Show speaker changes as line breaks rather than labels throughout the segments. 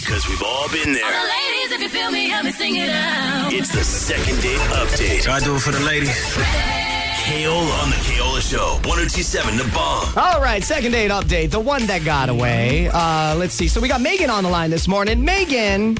Because we've all been there.
Ladies, if you feel me, help me sing it out.
It's the second date update.
I do it for the ladies.
Kaola on the Kaola Show. 1027 The Bomb.
All right, second date update, the one that got away. Uh, let's see. So we got Megan on the line this morning. Megan,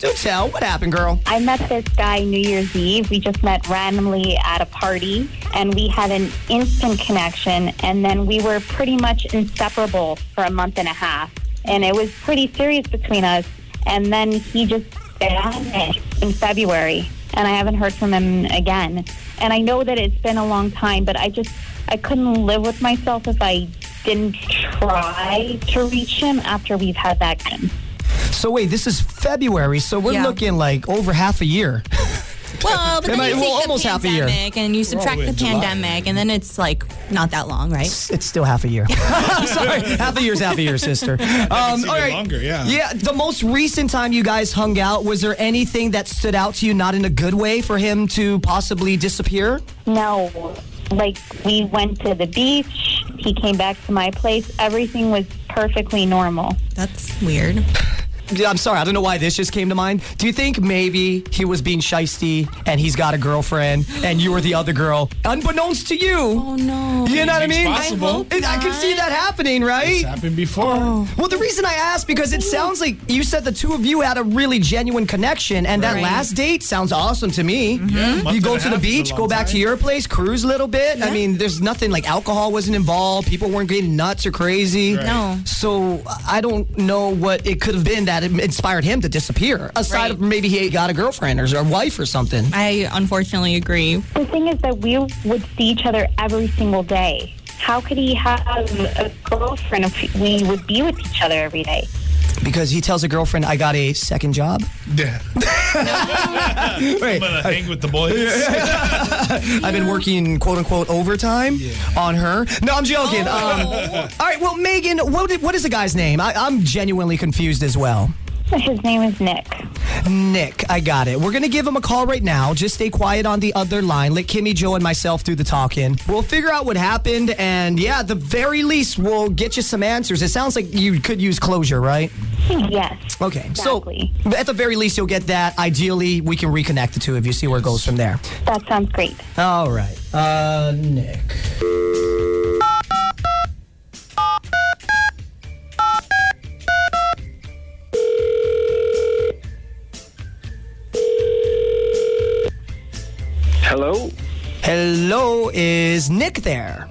do tell what happened, girl.
I met this guy New Year's Eve. We just met randomly at a party and we had an instant connection. And then we were pretty much inseparable for a month and a half. And it was pretty serious between us. And then he just banned me in February. And I haven't heard from him again. And I know that it's been a long time, but I just, I couldn't live with myself if I didn't try to reach him after we've had that. connection.
So wait, this is February, so we're
Yeah.
looking like over half a year.
Well, but
Am
then
I-
you take
well,
the
almost half a year.
pandemic and you subtract the pandemic, and then it's like not that long, right?
It's still half a year. I'm sorry, half a year's half a year, sister. Um,
even longer, yeah.
Yeah. The most recent time you guys hung out, was there anything that stood out to you, not in a good way, for him to possibly disappear?
No. Like, we went to the beach. He came back to my place. Everything was perfectly normal.
That's weird.
Yeah, I'm sorry. I don't know why this just came to mind. Do you think maybe he was being shisty and he's got a girlfriend and you were the other girl, unbeknownst to you?
Oh no.
You know what I mean?
possible. I hope
And I could see that happening, right?
It's happened before.
Well, the reason I asked because it sounds like you said the two of you had a really genuine connection, and that
Right.
last date sounds awesome to me.
month
You
and
go
a
to the
half is a
beach, go
long
back to
time.
your place, cruise a little bit. I
Yeah.
mean, there's nothing like alcohol wasn't involved. People weren't getting nuts or crazy.
No.
So I don't know what it could have been that inspired him to disappear. Aside
Right.
of maybe he got a girlfriend or, or wife or something.
I unfortunately agree.
The thing is that we would see each other every single day. How could he have a girlfriend if we would be with each other every day?
Because he tells a girlfriend, "I got a second job."
Yeah.
Oh. Wait,
I'm gonna hang with the boys.
I've been working quote unquote overtime on her. No, I'm joking.
Oh.
Um, all right, well, Megan, what, did- what is the guy's name? I, I'm genuinely confused as well.
His name is Nick.
Nick, I got it. We're going to give him a call right now. Just stay quiet on the other line. Let Kimmy, Joe, and myself do the talking. We'll figure out what happened, and yeah, at the very least, we'll get you some answers. It sounds like you could use closure, right?
Yes.
Okay,
Exactly.
so at the very least, you'll get that. Ideally, we can reconnect the two of you, see where it goes from there.
That sounds great.
All right, uh, Nick.
Hello,
Hello, is Nick there?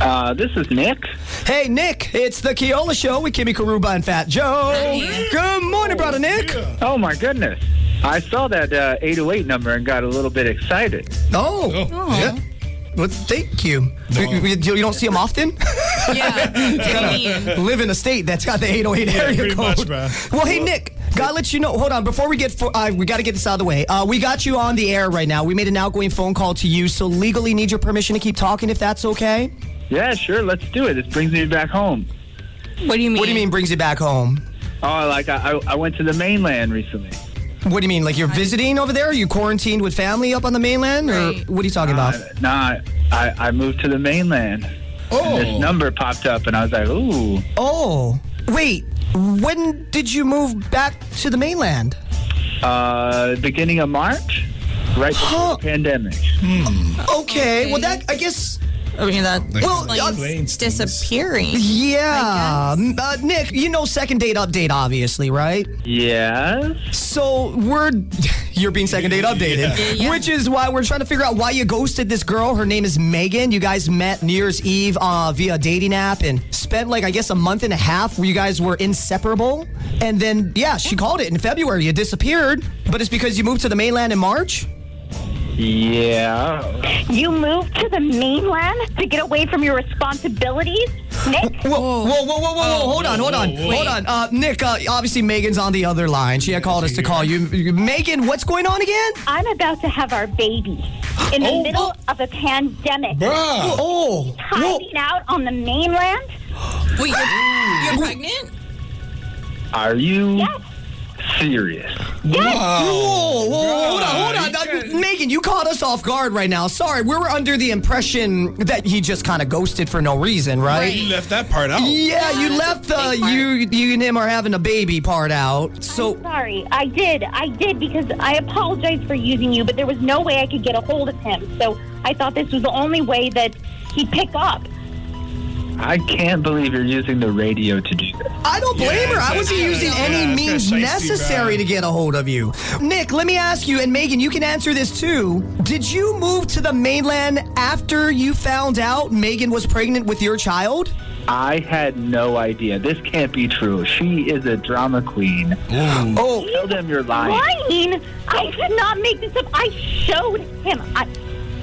uh, this is Nick.
Hey, Nick, it's the Keola Show with Kimmy Karuba and Fat Joe. Good morning, brother Nick.
Oh my goodness, I saw that uh, 808 number and got a little bit excited.
Oh,
Oh.
yeah. Well, thank you. You, you- you don't see him often?
Yeah.
Gotta live in a state that's got the 808 area
pretty much,
code.
man.
well, hey, Nick. Gotta let you know. Hold on, before we get, for, uh, we gotta get this out of the way. Uh, we got you on the air right now. We made an outgoing phone call to you, so legally need your permission to keep talking if that's okay.
Yeah, sure, let's do it. This brings me back home.
What do you mean?
What do you mean brings you back home?
Oh, like I, I, I went to the mainland recently.
What do you mean? Like you're visiting over there? You quarantined with family up on the mainland, or
Right.
what are you talking about?
I, Uh, nah, I, I moved to the mainland. And this number popped up, and I was like, ooh,
Oh, wait. When did you move back to the mainland?
uh, beginning of March, right before
Huh.
the pandemic.
Okay. Well, that I guess.
I mean that
Well,
like,
uh,
Explains things.
disappearing.
Yeah, M- uh, Nick. You know, second date update, obviously, right?
Yes.
So we're you're being second date updated,
yeah.
which is why we're trying to figure out why you ghosted this girl. Her name is Megan. You guys met New Year's Eve uh, via a dating app and spent like I guess a month and a half where you guys were inseparable. And then yeah, she called it in February. You disappeared, but it's because you moved to the mainland in March.
Yeah.
You moved to the mainland to get away from your responsibilities, Nick?
Whoa, whoa, whoa, whoa, whoa, whoa. hold on, hold on,
whoa, whoa.
hold on. Uh, Nick, uh, obviously Megan's on the other line. She had called us to call you. You- Megan, what's going on again?
I'm about to have our baby in the middle of a pandemic.
Bruh.
Oh, whoa.
Hiding out on the mainland?
Wait, you're, you're pregnant?
Are you
Yes.
serious?
Whoa, whoa, whoa, hold on, hold on.
God, you
That- Megan, you caught us off guard right now. Sorry, we were under the impression that he just kind of ghosted for no reason, right?
You left that part out.
Yeah, you
that's a
left the
big part.
you you and him are having a baby part out. So
Sorry, I did. I did because I apologize for using you, but there was no way I could get a hold of him. So I thought this was the only way that he'd pick up.
I can't believe you're using the radio to do this.
I don't blame
Yeah,
her. I
that's-
wasn't
yeah,
using
yeah,
any
that's
means
precisely
necessary
right.
to get a hold of you. Nick, let me ask you, and Megan, you can answer this too. Did you move to the mainland after you found out Megan was pregnant with your child?
I had no idea. This can't be true. She is a drama queen.
Oh,
Tell them you're lying.
Lying? I did not make this up. I showed him. I,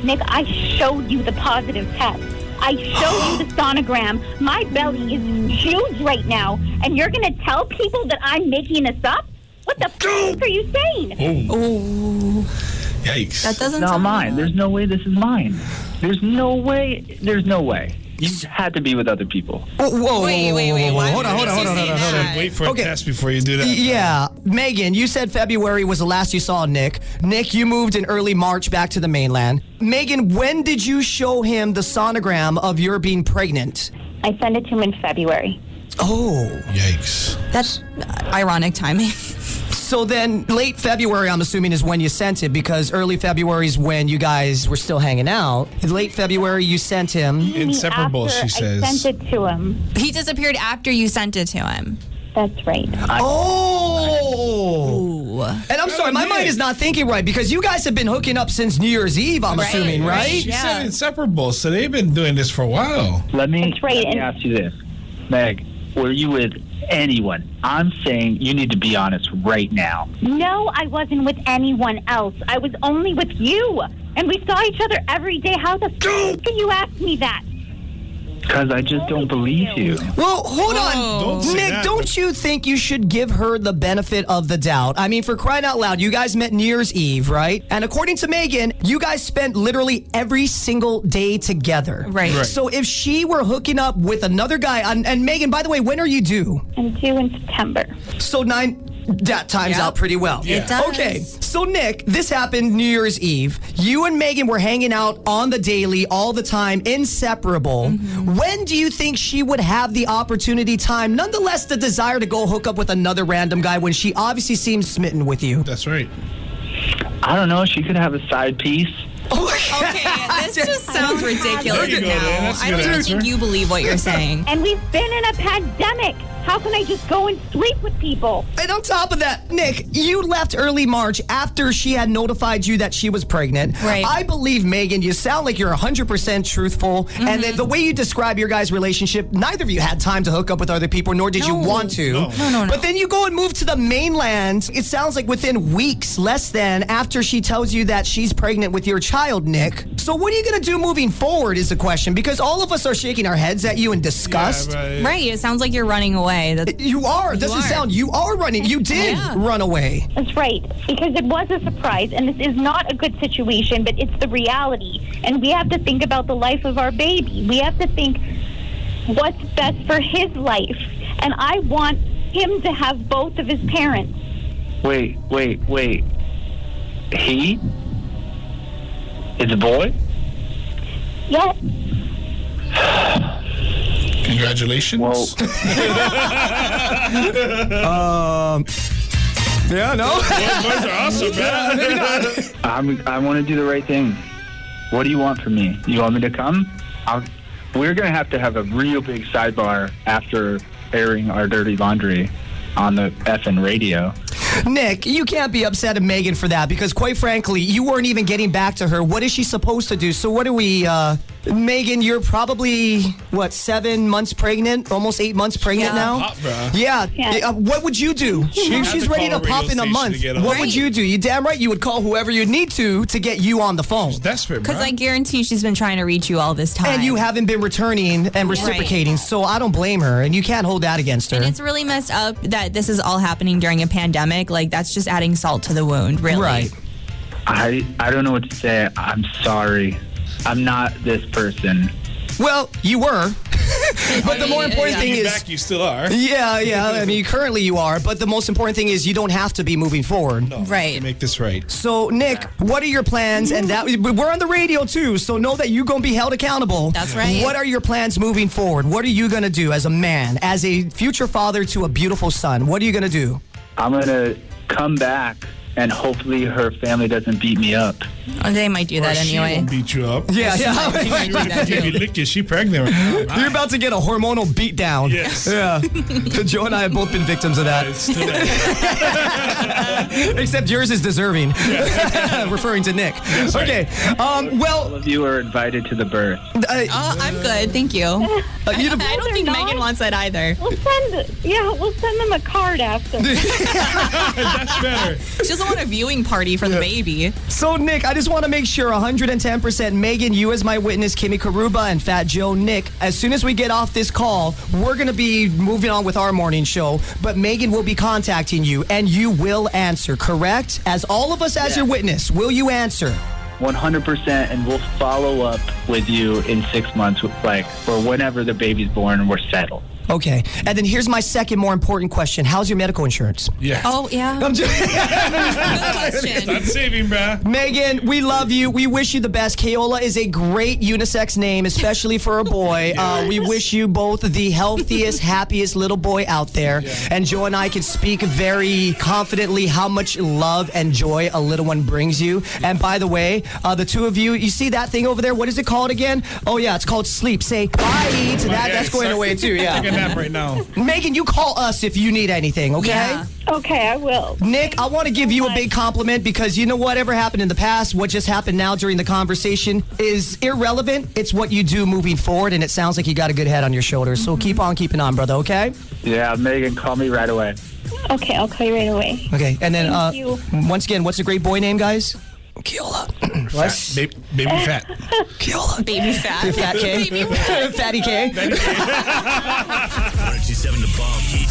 Nick, I showed you the positive test. I showed you the sonogram. My belly is huge right now, and you're going to tell people that I'm making this up? What the f- are you saying?
Oh.
Yikes.
That doesn't
Not
sound
mine. There's no way this is mine. There's no way. There's no way. You had to be with other people.
whoa, whoa,
Wait,
whoa,
wait,
whoa,
wait.
whoa,
Why
Hold on, hold on, hold on, hold on, hold on.
Wait for
Okay.
a test before you do that.
Yeah, Megan, you said February was the last you saw Nick. Nick, you moved in early March back to the mainland. Megan, when did you show him the sonogram of your being pregnant?
I sent it to him in February.
Oh,
Yikes.
That's ironic timing.
so then late February, I'm assuming, is when you sent it because early February is when you guys were still hanging out. Late February, you sent him.
Inseparable,
After
she says.
I sent it to him.
he disappeared after you sent it to him.
That's right.
Oh.
Ooh.
And I'm sorry, my
Nick.
mind is not thinking right because you guys have been hooking up since New Year's Eve, I'm assuming, right?
She
Yeah.
said inseparable, so they've been doing this for a while.
Let me,
That's right,
let me
and-
ask you this, Meg. Were you with anyone? I'm saying you need to be honest right now.
No, I wasn't with anyone else. I was only with you. And we saw each other every day. How the f- can you ask me that?
Because I just don't believe you.
Well, hold on.
Don't say
Nick,
that.
don't you think you should give her the benefit of the doubt? I mean, for crying out loud, you guys met New Year's Eve, right? And according to Megan, you guys spent literally every single day together.
Right. Right.
So if she were hooking up with another guy, and, and Megan, by the way, when are you due?
I'm due in September.
So nine. That times
Yeah.
out pretty well.
It does.
Okay, so Nick, this happened New Year's Eve. You and Megan were hanging out on the daily all the time, inseparable.
Mm-hmm.
When do you think she would have the opportunity, time, nonetheless, the desire to go hook up with another random guy when she obviously seems smitten with you?
That's right.
I don't know. She could have a side piece.
Oh Okay, this just sounds ridiculous
There you go,
now.
Dan. That's a
I don't
good
even
answer.
think you believe what you're saying.
And we've been in a pandemic. How can I just go and sleep with people?
And on top of that, Nick, you left early March after she had notified you that she was pregnant.
Right.
I believe, Megan, you sound like you're 100% truthful. And then the way you describe your guys' relationship, neither of you had time to hook up with other people, nor did you
No.
want to.
No. No,
no, no.
But then you go and move to the mainland. It sounds like within weeks, less than, after she tells you that she's pregnant with your child, Nick. So what are you going to do moving forward is the question, because all of us are shaking our heads at you in disgust.
Yeah,
Right, it sounds like you're running away. That's,
You are. It doesn't
are.
sound. You are running. You did
Yeah.
run away.
That's right. Because it was a surprise, and this is not a good situation, but it's the reality. And we have to think about the life of our baby. We have to think what's best for his life. And I want him to have both of his parents.
Wait, wait, wait. He is a boy.
Yes.
but- Congratulations.
Well,
Yeah, no.
Those boys are awesome, man.
I'm, I want to do the right thing. What do you want from me? You want me to come? I'll, we're going to have to have a real big sidebar after airing our dirty laundry on the effing radio.
Nick, you can't be upset at Megan for that because, quite frankly, you weren't even getting back to her. What is she supposed to do? So, what do we, uh, Megan, you're probably, what, seven months pregnant? Almost eight months pregnant
Yeah.
now?
Pop, bruh.
Yeah.
Yeah.
Uh, what would you do?
had
if
to
she's
call
ready to
a radio
pop in a
station to
month,
get
what
on.
would
Right.
you do? You damn right you would call whoever you'd need to to get you on the phone.
Desperate, bro.
Because I guarantee she's been trying to reach you all this time.
And you haven't been returning and reciprocating, so I don't blame her, and you can't hold that against her.
And it's really messed up that this is all happening during a pandemic. Like, that's just adding salt to the wound, really.
right.
I, I don't know what to say. I'm sorry. I'm not this person.
Well, you were. But the more important
yeah.
thing
You
is.
back, you still are.
Yeah, yeah. I mean, currently you are, but the most important thing is you don't have to be moving forward.
No,
Right.
to Make this right.
So, Nick, what are your plans? And that but we're on the radio too, so know that you're gonna be held accountable.
That's right.
What are your plans moving forward? What are you gonna do as a man, as a future father to a beautiful son? What are you gonna do?
I'm gonna come back and hopefully her family doesn't beat me up.
Oh, they might do that
She
anyway.
won't beat you up.
Yeah,
They might do that
If you
too.
licked it, she pregnant right now.
You're about to get a hormonal beatdown.
Yes.
Yeah. Joe and I have both been victims of that.
It's still there.
Except yours is deserving. Referring to Nick.
right.
okay. Um,
All
well,
of you are invited to the birth.
uh,
Oh, I'm good. Thank you.
uh, you
I don't think Megan wants that either.
We'll send, yeah, we'll send them a card after.
That's better.
She doesn't want a viewing party for the baby.
So, Nick, I just want to make sure 110% Megan, you as my witness, Kimmy Karuba, and Fat Joe Nick, as soon as we get off this call, we're going to be moving on with our morning show, but Megan will be contacting you and you will answer, correct? As all of us as your witness, will you answer?
100% and we'll follow up with you in six months like or whenever the baby's born and we're settled
Okay. And then here's my second more important question How's your medical insurance?
Yeah.
Oh, yeah.
I'm just-
Good question.
I'm saving, bruh.
Megan, we love you. We wish you the best. Keola is a great unisex name, especially for a boy. Uh, we wish you both the healthiest, happiest little boy out there. And Joe and I can speak very confidently how much love and joy a little one brings you. And by the way, uh, the two of you, you see that thing over there? What is it called again? Oh, yeah, it's called sleep. Say bye to that.
Yeah,
That's going
suck-
away, too. Yeah.
Take a nap right now.
Megan, you call us if you need anything, okay?
Yeah.
Okay, I will.
Nick, I want to give you a big compliment because you know whatever happened in the past, what just happened now during the conversation is irrelevant. It's what you do moving forward, and it sounds like you got a good head on your shoulders. So keep on keeping on, brother. Okay.
yeah megan call me right away
Okay, I'll call you right away.
Okay. And then uh,
you.
once again, what's a great boy name, guys? Keola. What?
Baby, baby fat.
Keola.
Baby fat.
Fat K.
Baby
Fatty K.
1027 The Bomb. Each